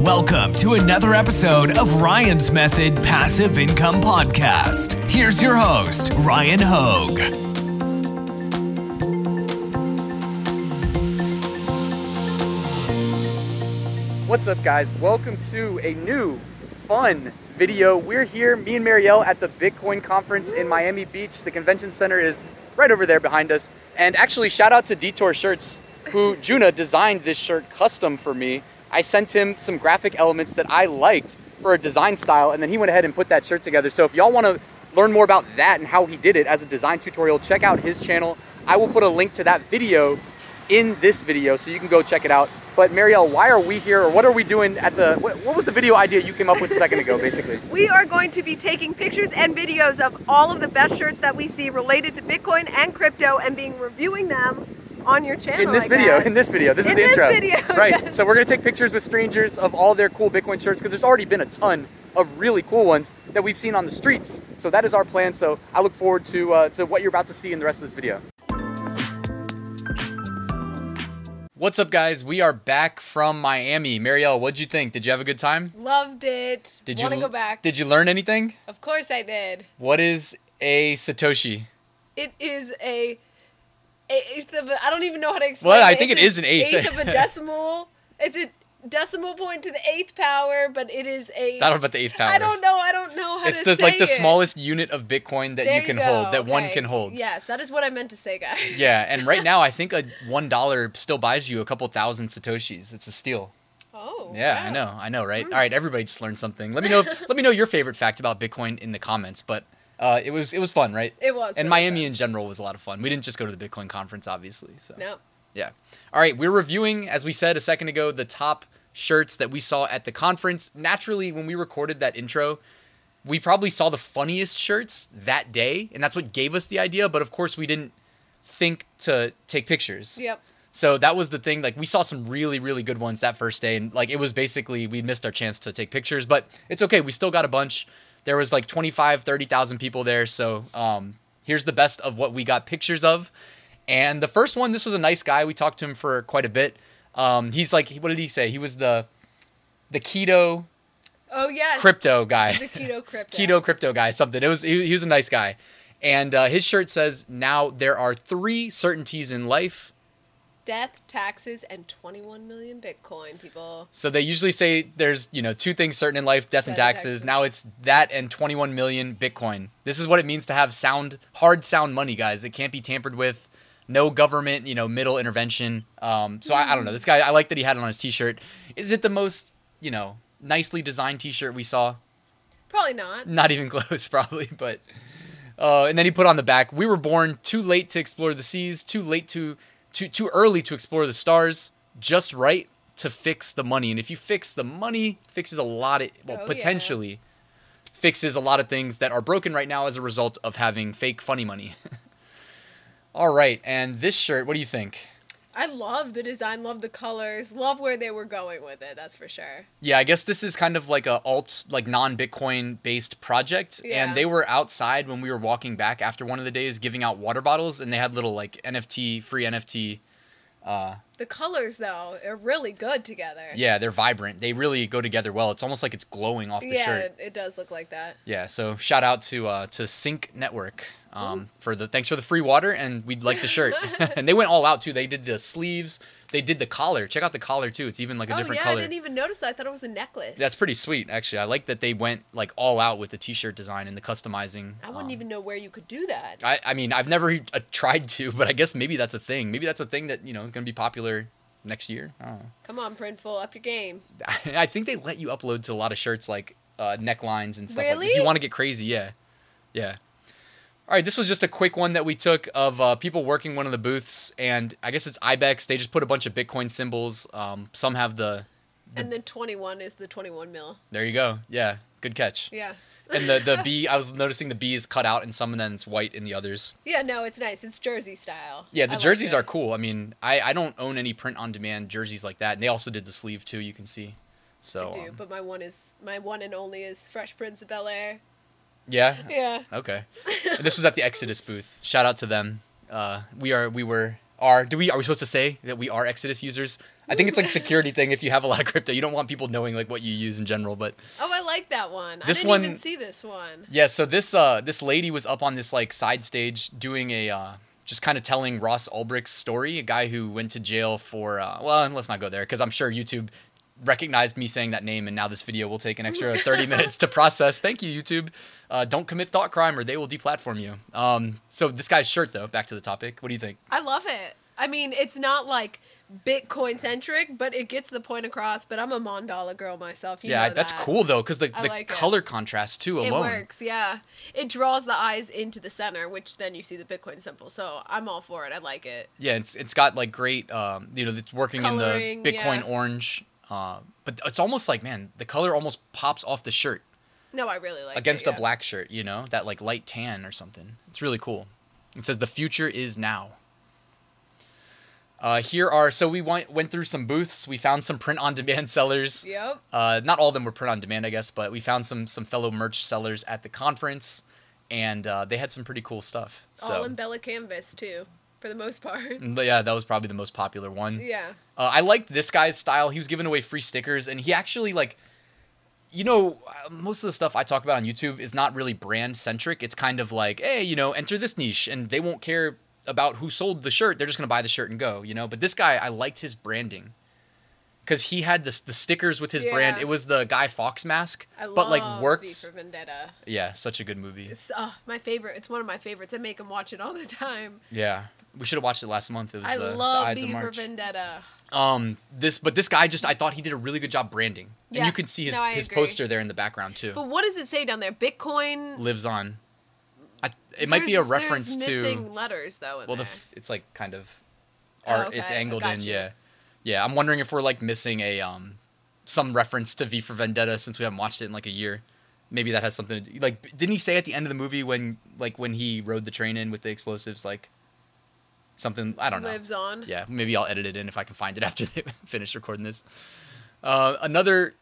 Welcome to another episode of Ryan's Method Passive Income Podcast. Here's your host, Ryan Hoag. What's up, guys? Welcome to a new fun video. We're here, me and Marielle, at the Bitcoin conference in Miami Beach. The convention center is right over there behind us. And actually, shout out to Detour Shirts, who Juna designed this shirt custom for me. I sent him some graphic elements that I liked for a design style, and then he went ahead and put that shirt together. So if y'all want to learn more about that and how he did it as a design tutorial, check out his channel. I will put a link to that video in this video, so you can go check it out. But Marielle, why are we here, or what are we doing at the? What, what was the video idea you came up with a second ago, basically? We are going to be taking pictures and videos of all of the best shirts that we see related to Bitcoin and crypto and being reviewing them on your channel. in this I video, guess. in this video, this Oh is In the this intro. video, right. yes. So we're gonna take pictures with strangers of all their cool Bitcoin shirts because there's already been a ton of really cool ones that we've seen on the streets. So that is our plan. So I look forward to uh, to what you're about to see in the rest of this video. What's up, guys? We are back from Miami. Marielle, what'd you think? Did you have a good time? Loved it. Did Want you to go back? Did you learn anything? Of course I did. What is a satoshi? It is a eighth of. A, I don't even know how to explain. Well, I it. think It's it is an eighth. of a decimal. It's a decimal point to the eighth power, but it is a. I don't know about the eighth power. I don't know. I don't know how It's to the, say like the it. smallest unit of Bitcoin that There you can go. hold, that one Okay. can hold. Yes, that is what I meant to say, guys. Yeah, and right now I think a one dollar still buys you a couple thousand satoshis. It's a steal. Oh. Yeah, I wow. Hmm. know, I know, right? All right, everybody just learned something. Let me know. If, let me know your favorite fact about Bitcoin in the comments. But uh, it was it was fun, right? It was And really Miami fun. in general was a lot of fun. We didn't just go to the Bitcoin conference, obviously. So No. yeah. All right, we're reviewing, as we said a second ago, the top shirts that we saw at the conference. Naturally, when we recorded that intro, we probably saw the funniest shirts that day, and that's what gave us the idea. But of course, we didn't think to take pictures. Yep. So that was the thing. Like we saw some really, really good ones that first day, and like it was basically we missed our chance to take pictures, but it's okay. We still got a bunch. There was like 25, 30,000 people there. So um, here's the best of what we got pictures of. And the first one, this was a nice guy. We talked to him for quite a bit. Um, he's like, what did he say? He was the the keto Oh yes. crypto guy. The keto crypto. keto crypto guy something it was he, he was a nice guy and uh, his shirt says now there are three certainties in life Death, taxes, and 21 million Bitcoin people. so they usually say there's you know two things certain in life death and Death and taxes taxes. now it's that and 21 million bitcoin this is what it means to have sound hard sound money guys it can't be tampered with no government you know middle intervention um, so I, I don't know this guy i like that he had it on his t-shirt is it the most you know nicely designed t-shirt we saw Probably not. not even close probably but uh, and then he put on the back we were born too late to explore the seas too late to too, too early to explore the stars just right to fix the money and if you fix the money fixes a lot of well Oh, yeah. potentially fixes a lot of things that are broken right now as a result of having fake funny money all right and this shirt what do you think I love the design, love the colors, love where they were going with it. That's for sure. Yeah, I guess this is kind of like a alt, like non Bitcoin based project. Yeah. And they were outside when we were walking back after one of the days, giving out water bottles, and they had little like NFT free NFT. The colors though are really good together. Yeah, they're vibrant. They really go together well. It's almost like it's glowing off the yeah, shirt. it, it does look like that. Yeah. So shout out to uh, to Sync Network um, for the thanks for the free water, and we'd like the shirt. and they went all out too. They did the sleeves. They did the collar. Check out the collar too. It's even like a oh different yeah, color. I didn't even notice that. I thought it was a necklace. That's pretty sweet, actually. I like that they went like all out with the T-shirt design and the customizing. I wouldn't even know where you could do that. I, I mean, I've never uh, tried to, but I guess maybe that's a thing. Maybe that's a thing that you know is going to be popular next year. I, don't know. Come on, Printful, up your game. I think they let you upload to a lot of shirts like uh, necklines and stuff. like- if you Really? want to get crazy, yeah, yeah. All right, this was just a quick one that we took of uh, people working one of the booths, and I guess it's Ibex. They just put a bunch of Bitcoin symbols. Um, some have the. And then 21 is the 21 mil. There you go. Yeah, good catch. Yeah. And the the B, I was noticing the B is cut out in some, and then it's white in the others. Yeah, no, it's nice. It's jersey style. Yeah, the I like jerseys it. are cool. I mean, I, I don't own any print on demand jerseys like that. And they also did the sleeve too, you can see. So, I do, um, but my one is my one and only is Fresh Prince of Bel Air. yeah. Yeah. Okay. And this was at the Exodus booth. Shout out to them. Uh, we are we were are do we are we supposed to say that we are Exodus users? I think it's like a security thing if you have a lot of crypto. You don't want people knowing like what you use in general, but Oh, I like that one. This I didn't one- even see this one. yeah, so this uh this lady was up on this like side stage doing a uh just kind of telling Ross Ulbricht's story, a guy who went to jail for uh well, let's not go there cuz I'm sure YouTube recognized me saying that name and now this video will take an extra 30 minutes to process. Thank you YouTube. Uh, don't commit thought crime or they will deplatform you. Um so this guy's shirt though, back to the topic. What do you think? I love it. I mean, it's not like Bitcoin centric, but it gets the point across. But I'm a Mandala girl myself. You yeah, know that's that. cool though cuz the, I the like it. color contrast too It alone. works, yeah. It draws the eyes into the center, which then you see the Bitcoin symbol. So I'm all for it. I like it. Yeah, it's it's got like great, um, you know, it's working in Coloring, the Bitcoin yeah. orange, uh, but it's almost like man, the color almost pops off the shirt No, I really like against it. a black shirt, you know, that like light tan or something. It's really cool. It says the future is now. Uh, here are so we went went through some booths. We found some print on demand sellers. Yep. Uh, not all of them were print on demand, I guess, but we found some some fellow merch sellers at the conference, and uh, they had some pretty cool stuff. So Mm. All in Bella Canvas, too, for the most part. yeah, that was probably the most popular one. yeah. Uh, I liked this guy's style. He was giving away free stickers, and he actually like, you know, uh, most of the stuff I talk about on YouTube is not really brand centric. It's kind of like, hey, you know, enter this niche, and they won't care about who sold the shirt. They're just gonna buy the shirt and go, you know. But this guy, I liked his branding. Cause he had this, the stickers with his brand. Yeah. It was the Guy Fox mask, I love but like worked. V for Vendetta. Yeah, such a good movie. It's uh, my favorite. It's one of my favorites. I make him watch it all the time. Yeah, we should have watched it last month. It was I the, the love Ides of V for March. Vendetta. um this but this guy just i thought he did a really good job branding and Yeah. you can see his, No, I his agree. poster there in the background too But what does it say down there? Bitcoin. lives on I, it might be a There's- there's reference missing to letters though. In well the there. f- it's like kind of art it's Oh, okay, I angled got in you. yeah yeah i'm wondering if we're like missing a um some reference to v for vendetta since we haven't watched it in like a year maybe that has something to do like didn't he say at the end of the movie when like when he rode the train in with the explosives like something i don't know lives on. yeah, maybe I'll edit it in if I can find it after they finish recording this. Uh, another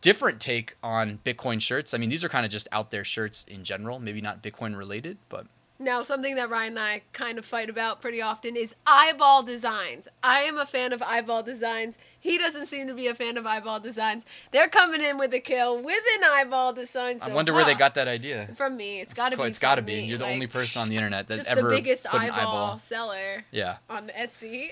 different take on Bitcoin shirts. I mean, these are kind of just out there shirts in general, maybe not Bitcoin related, but Now, something that Ryan and I kind of fight about pretty often is eyeball designs. I am a fan of eyeball designs. He doesn't seem to be a fan of eyeball designs. They're coming in with a kill with an eyeball design. So I wonder where they huh, got that idea. from me. It's got to be. It's got to from be. me, You're the like, only person on the internet that just ever the biggest put an eyeball, eyeball. seller Yeah. on Etsy.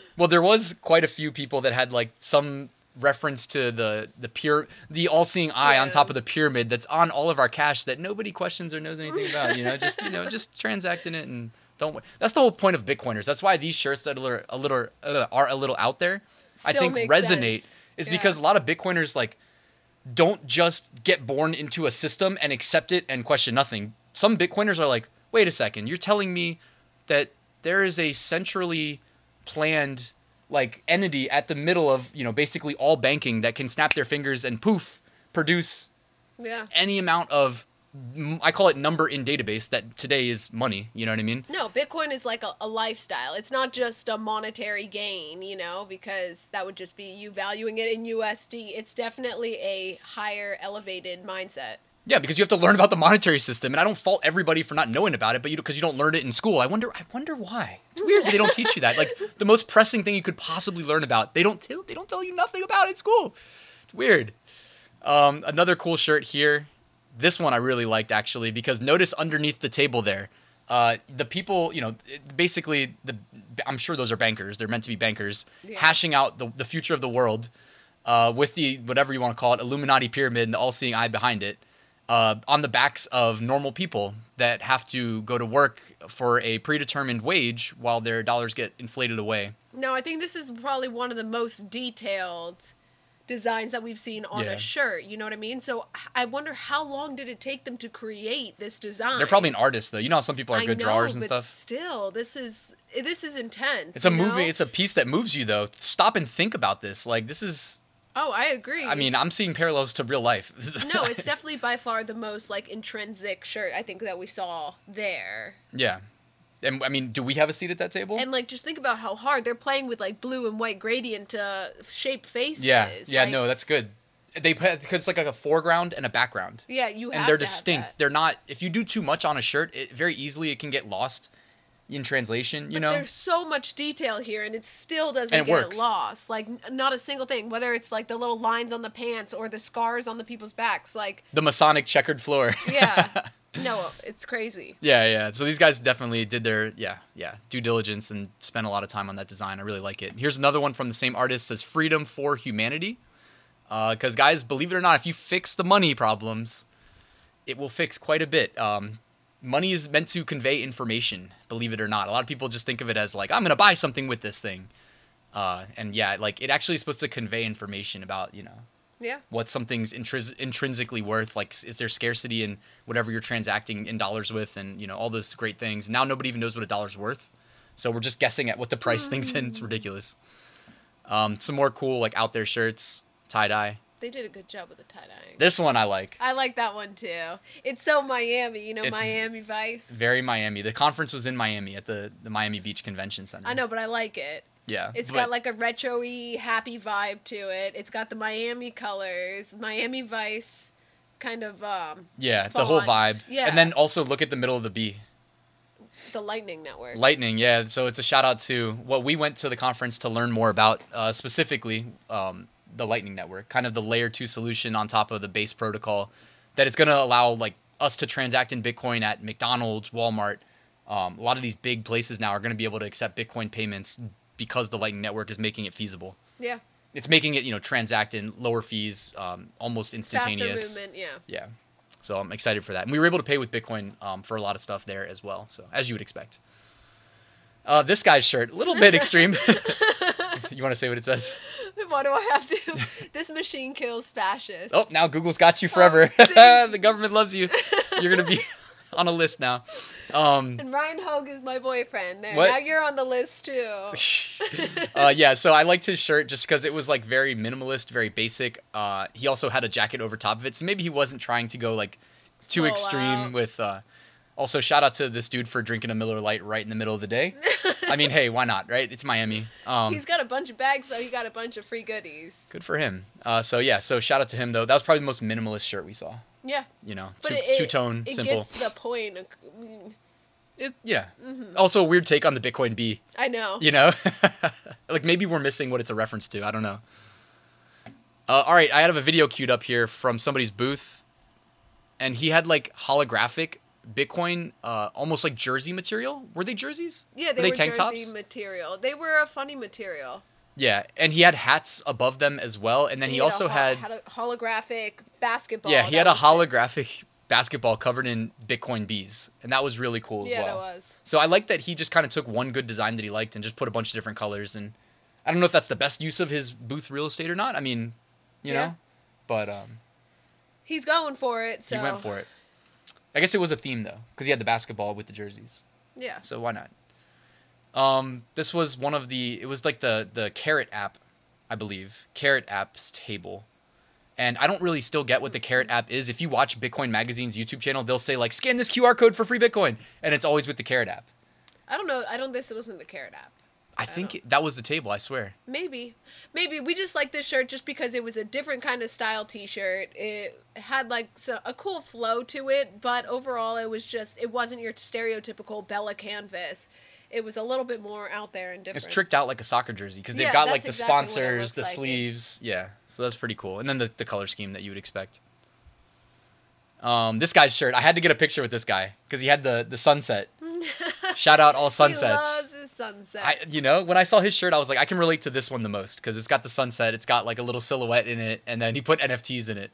Well, there was quite a few people that had like some reference to the the pure the all-seeing eye on Yeah. top of the pyramid that's on all of our cash that nobody questions or knows anything about, you know, just you know, just transacting it and don't wa- That's the whole point of bitcoiners. That's why these shirts that are a little uh, are a little out there I Still think makes resonate sense. is Yeah. because a lot of bitcoiners like don't just get born into a system and accept it and question nothing. Some Bitcoiners are like, wait a second, you're telling me that there is a centrally planned like entity at the middle of, you know, basically all banking that can snap their fingers and poof, produce yeah. any amount of m- I call it number in database that today is money, you know what I mean? No, Bitcoin is like a, a lifestyle. It's not just a monetary gain, you know, because that would just be you valuing it in USD. It's definitely a higher, elevated mindset. Yeah, because you have to learn about the monetary system, and I don't fault everybody for not knowing about it, but you because you don't learn it in school. I wonder, I wonder why. It's weird that they don't teach you that. Like the most pressing thing you could possibly learn about, they don't tell they don't tell you nothing about at school. It's weird. Um, another cool shirt here. This one I really liked actually because notice underneath the table there, uh, the people you know it- basically the I'm sure those are bankers. They're meant to be bankers hashing out the the future of the world uh, with the whatever you want to call it Illuminati pyramid and the all seeing eye behind it uh, on the backs of normal people that have to go to work for a predetermined wage while their dollars get inflated away. No, I think this is probably one of the most detailed designs that we've seen on Yeah. a shirt. You know what I mean? So h- I wonder how long did it take them to create this design? They're probably an artist though. You know how some people are I good know, drawers and but stuff. Still, this is this is intense. It's a you know? movie. It's a piece that moves you, though. Stop and think about this. Like this is. oh, I agree. I mean, I'm seeing parallels to real life. no, it's definitely by far the most like intrinsic shirt I think that we saw there. yeah, and I mean, do we have a seat at that table? And like just think about how hard they're playing with like blue and white gradient to shape faces. yeah, yeah. Like, no, that's good. They put because it's like a foreground and a background. Yeah, you have and they're to have distinct. that. They're not. If you do too much on a shirt, it, very easily it can get lost. in translation, you But know? there's so much detail here, and it still doesn't And it get works. lost. Like n- not a single thing. Whether it's like the little lines on the pants or the scars on the people's backs. Like the Masonic checkered floor. yeah, no, it's crazy. yeah, yeah. So these guys definitely did their yeah, yeah, due diligence and spent a lot of time on that design. I really like it. Here's another one from the same artist says freedom for humanity. Because guys, believe it or not, if you fix the money problems, it will fix quite a bit. Um, money is meant to convey information. Believe it or not, a lot of people just think of it as like I'm gonna buy something with this thing. Uh, and yeah, like it actually is supposed to convey information about you know Yeah. what something's intris- intrinsically worth like s- is there scarcity in whatever you're transacting in dollars with and you know all those great things now nobody even knows what a dollar's worth so we're just guessing at what the price thing's in Mm-hmm. it's ridiculous um, some more cool like out there shirts tie dye They did a good job with the tie dyeing. this one i like I like that one too. It's so Miami, you know, It's Miami Vice. very miami the conference was in miami at the, the miami beach convention center I know, but I like it. yeah It's but- got like a retro-y, happy vibe to it. It's got the Miami colors, Miami Vice kind of um yeah the whole font. vibe Yeah. and then also look at the middle of the b the Lightning Network. Lightning, yeah. So it's a shout out to what we went to the conference to learn more about, uh, specifically um, the Lightning Network, kind of the layer two solution on top of the base protocol that is going to allow like us to transact in Bitcoin at McDonald's, Walmart. Um, a lot of these big places now are going to be able to accept Bitcoin payments because the Lightning Network is making it feasible. yeah. It's making it, you know, transact in lower fees, um, almost Faster instantaneous. movement, yeah. Yeah. So I'm excited for that. And we were able to pay with Bitcoin um, for a lot of stuff there as well. So as you would expect. Uh, this guy's shirt, a little bit extreme. you want to say what it says? Why do I have to? this machine kills fascists. Oh, now Google's got you forever. thank the government loves you. You're gonna be on a list now. Um, And Ryan Hogue is my boyfriend. There, What? now you're on the list too. uh, yeah, so I liked his shirt just because it was like very minimalist, very basic. Uh, he also had a jacket over top of it, so maybe he wasn't trying to go like too Full extreme out. with. Uh, also, shout out to this dude for drinking a Miller Lite right in the middle of the day. I mean, hey, why not, right? It's Miami. Um, He's got a bunch of bags, so he got a bunch of free goodies. good for him. Uh, so yeah, so shout out to him though. That was probably the most minimalist shirt we saw. Yeah. You know, But two it- it- two tone, it simple. gets the point. I mean, It- yeah. Mm-hmm. Also, a weird take on the Bitcoin B. I know. you know like maybe we're missing what it's a reference to i don't know uh, all right i have a video queued up here from somebody's booth and he had like holographic bitcoin uh, almost like jersey material were they jerseys Yeah, they, were jersey material. They were a funny material. yeah and he had hats above them as well and then he, had a also hol- had, a holographic basketball. yeah he had that a was- holographic basketball covered in bitcoin bees and that was really cool as Yeah, well that was. So I like that he just kind of took one good design that he liked and just put a bunch of different colors. And I don't know if that's the best use of his booth real estate or not. I mean, you Yeah. know, but um, He's going for it. So he went for it. I guess it was a theme though, because he had the basketball with the jerseys. Yeah. So why not? Um, this was one of the. It was like the the Carrot app, I believe. Carrot app's table. And I don't really still get what the Carrot app is. If you watch Bitcoin Magazine's YouTube channel, they'll say like, "Scan this QR code for free Bitcoin," and it's always with the Carrot app. I don't know. I don't. This wasn't the carrot app. I think it, that was the table. I swear. Maybe, maybe we just like this shirt just because it was a different kind of style T-shirt. It had like so, a cool flow to it, but overall, it was just it wasn't your stereotypical Bella canvas. It was a little bit more out there and different. It's tricked out like a soccer jersey because they've Yeah, got that's like the exactly what it sponsors, looks the like. It- sleeves. Yeah, so that's pretty cool. And then the, the color scheme that you would expect. Um, this guy's shirt. I had to get a picture with this guy because he had the the sunset. Shout out all He sunsets. loves his sunset. I, you know, when I saw his shirt, I was like, I can relate to this one the most because it's got the sunset. It's got like a little silhouette in it, and then he put NFTs in it.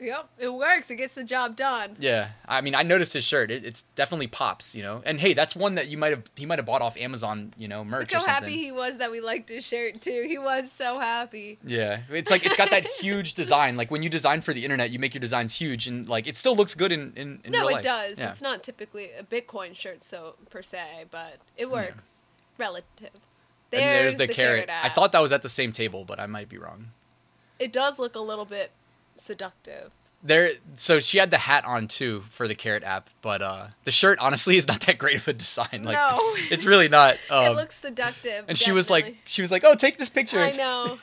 yep, it works. It gets the job done. Yeah, I mean, I noticed his shirt. It, it's definitely pops, you know. And hey, that's one that you might have he might have bought off Amazon, you know, merch Look or how something. happy he was that we liked his shirt too. He was so happy. Yeah, it's like it's got that huge design. Like when you design for the internet, you make your designs huge, and like it still looks good in in, in No, real it life. does. Yeah. It's not typically a Bitcoin shirt, so per se, but it works. Relative. and There's, there's the, carrot. I app. thought that was at the same table, but I might be wrong. it does look a little bit seductive. There, so she had the hat on too for the carrot app, but uh, the shirt honestly is not that great of a design. Like, No. it's really not. Um, it looks seductive. and she was like, definitely. she was like, oh, take this picture. I know.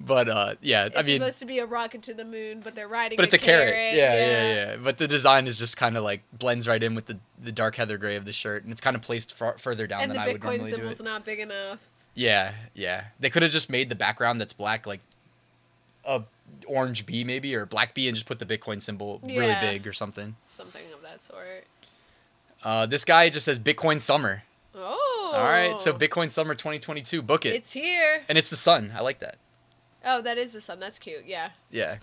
But uh, yeah, I It's mean, supposed to be a rocket to the moon, but they're riding. but it's a carrot. Yeah, yeah, yeah. yeah, But the design is just kind of like blends right in with the, the dark heather gray of the shirt, and it's kind of placed far, further down And the than I would Bitcoin normally do symbol's it. not big enough. Yeah, yeah. They could have just made the background that's black like a orange bee maybe or a black bee and just put the Bitcoin symbol really Yeah. big or something. Something of that sort. Uh, this guy just says Bitcoin summer. Oh. All right, so Bitcoin summer 2022, book it. It's here. and it's the sun. I like that. Oh, that is the sun. That's cute. Yeah. Yeah,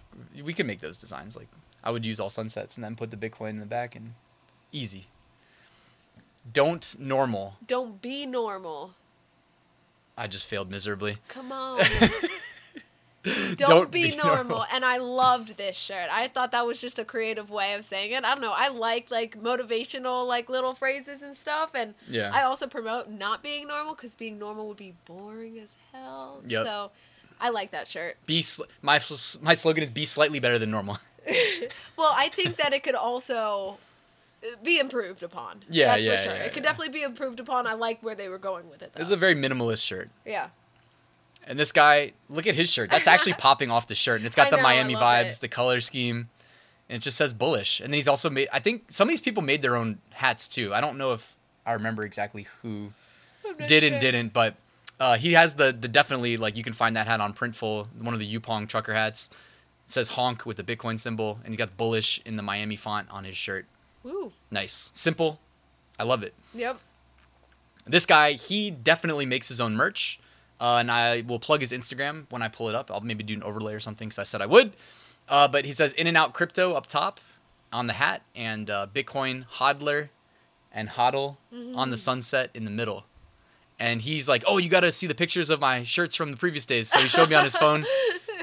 we can make those designs. Like I would use all sunsets and then put the Bitcoin in the back and easy. Don't normal. Don't be normal. I just failed miserably. Come on. Don't, Don't be, be normal. normal. And I loved this shirt. I thought that was just a creative way of saying it. I don't know. I like like motivational like little phrases and stuff. And Yeah. I also promote not being normal because being normal would be boring as hell. Yep. So I like that shirt. Be sl- my sl- my slogan is be slightly better than normal. Well, I think that it could also uh, be improved upon. Yeah, That's yeah, for sure. yeah, it could yeah. definitely be improved upon. I like where they were going with it though. It's a very minimalist shirt. yeah. And this guy, look at his shirt. That's actually popping off the shirt, and it's got I the know, I Miami love vibes, it. the color scheme, and it just says bullish. And then he's also made. I think some of these people made their own hats too. I don't know if I remember exactly who did and didn't, but uh, he has the the definitely like you can find that hat on Printful, one of the Yupong trucker hats. It says honk with the Bitcoin symbol, and he got bullish in the Miami font on his shirt. Woo. Nice, simple, I love it Yep. this guy he definitely makes his own merch uh, and i will plug his instagram when i pull it up i'll maybe do an overlay or something because i said i would uh, but he says in and out crypto up top on the hat and uh, bitcoin hodler and hodl on the sunset in the middle and he's like oh you gotta see the pictures of my shirts from the previous days so he showed me on his phone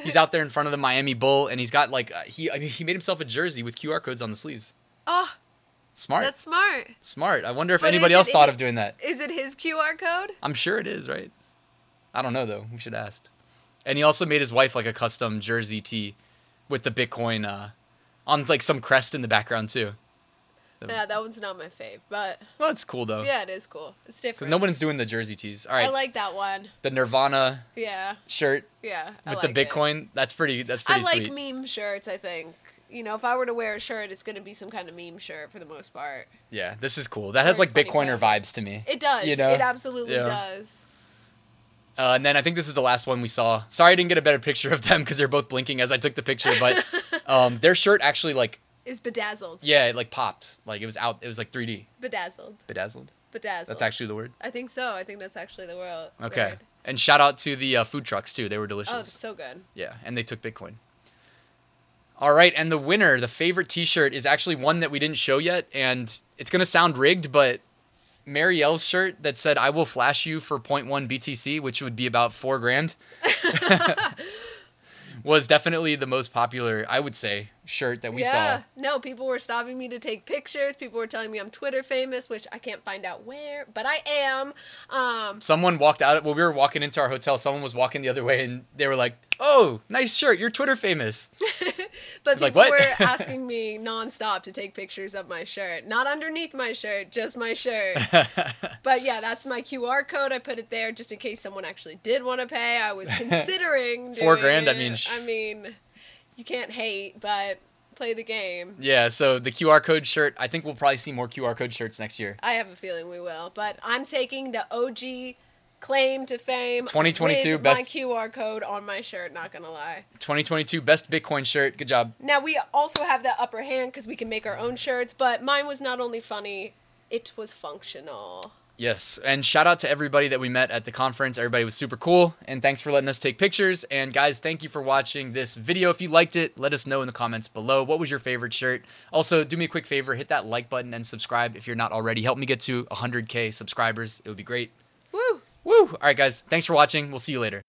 he's out there in front of the miami bull and he's got like uh, he I mean, he made himself a jersey with qr codes on the sleeves Oh, smart that's smart. smart i wonder if But is anybody it- else thought it- of doing that Is it his QR code? I'm sure it is, right? I don't know though. We should ask. And he also made his wife like a custom jersey tee with the Bitcoin uh, on like some crest in the background too. Yeah, that one's not my fave, but Well, it's cool though. yeah, it is cool. Because It's different. no one's doing the jersey tees. All right. I like that one. The Nirvana Yeah, shirt yeah. I with like the it. Bitcoin. That's pretty. That's I pretty like sweet. meme shirts. I think you know if I were to wear a shirt, it's gonna be some kind of meme shirt for the most part. Yeah, this is cool. That has Very like funny Bitcoiner guy. vibes to me. It does. You know? It absolutely Yeah. does. Uh, and then I think this is the last one we saw. Sorry, I didn't get a better picture of them because they're both blinking as I took the picture. But um, their shirt actually like It's bedazzled, yeah, it like popped. Like it was out. It was like 3D. bedazzled, Bedazzled. bedazzled. That's actually the word. I think so. I think that's actually the world. Okay. word. And shout out to the uh, food trucks too. They were delicious. Oh, it's so good. yeah, and they took Bitcoin. All right, and the winner, the favorite T-shirt, is actually one that we didn't show yet, and it's gonna sound rigged, but Mary L's shirt that said "I will flash you for 0.1 BTC," which would be about four grand, was definitely the most popular, I would say, shirt that we yeah. saw. No, people were stopping me to take pictures. People were telling me I'm Twitter famous, which I can't find out where, but I am. Um, Someone walked out when we were walking into our hotel. Someone was walking the other way, and they were like, "Oh, nice shirt! You're Twitter famous." but Like, what? people were asking me nonstop to take pictures of my shirt, not underneath my shirt, just my shirt. but yeah, that's my QR code. I put it there just in case someone actually did want to pay. I was considering Four doing grand, I it. mean, sh- I mean, you can't hate, but play the game. Yeah, so the QR code shirt, I think we'll probably see more QR code shirts next year. I have a feeling we will, but I'm taking the OG claim to fame 2022 with best- my QR code on my shirt, not gonna lie. 2022 best Bitcoin shirt. Good job. Now we also have the upper hand cuz we can make our own shirts, but mine was not only funny, it was functional. Yes, and shout out to everybody that we met at the conference. Everybody was super cool, and thanks for letting us take pictures. And guys, thank you for watching this video. If you liked it, let us know in the comments below. What was your favorite shirt? Also, do me a quick favor hit that like button and subscribe if you're not already. Help me get to 100K subscribers. It would be great. Woo! Woo! All right, guys, thanks for watching. We'll see you later.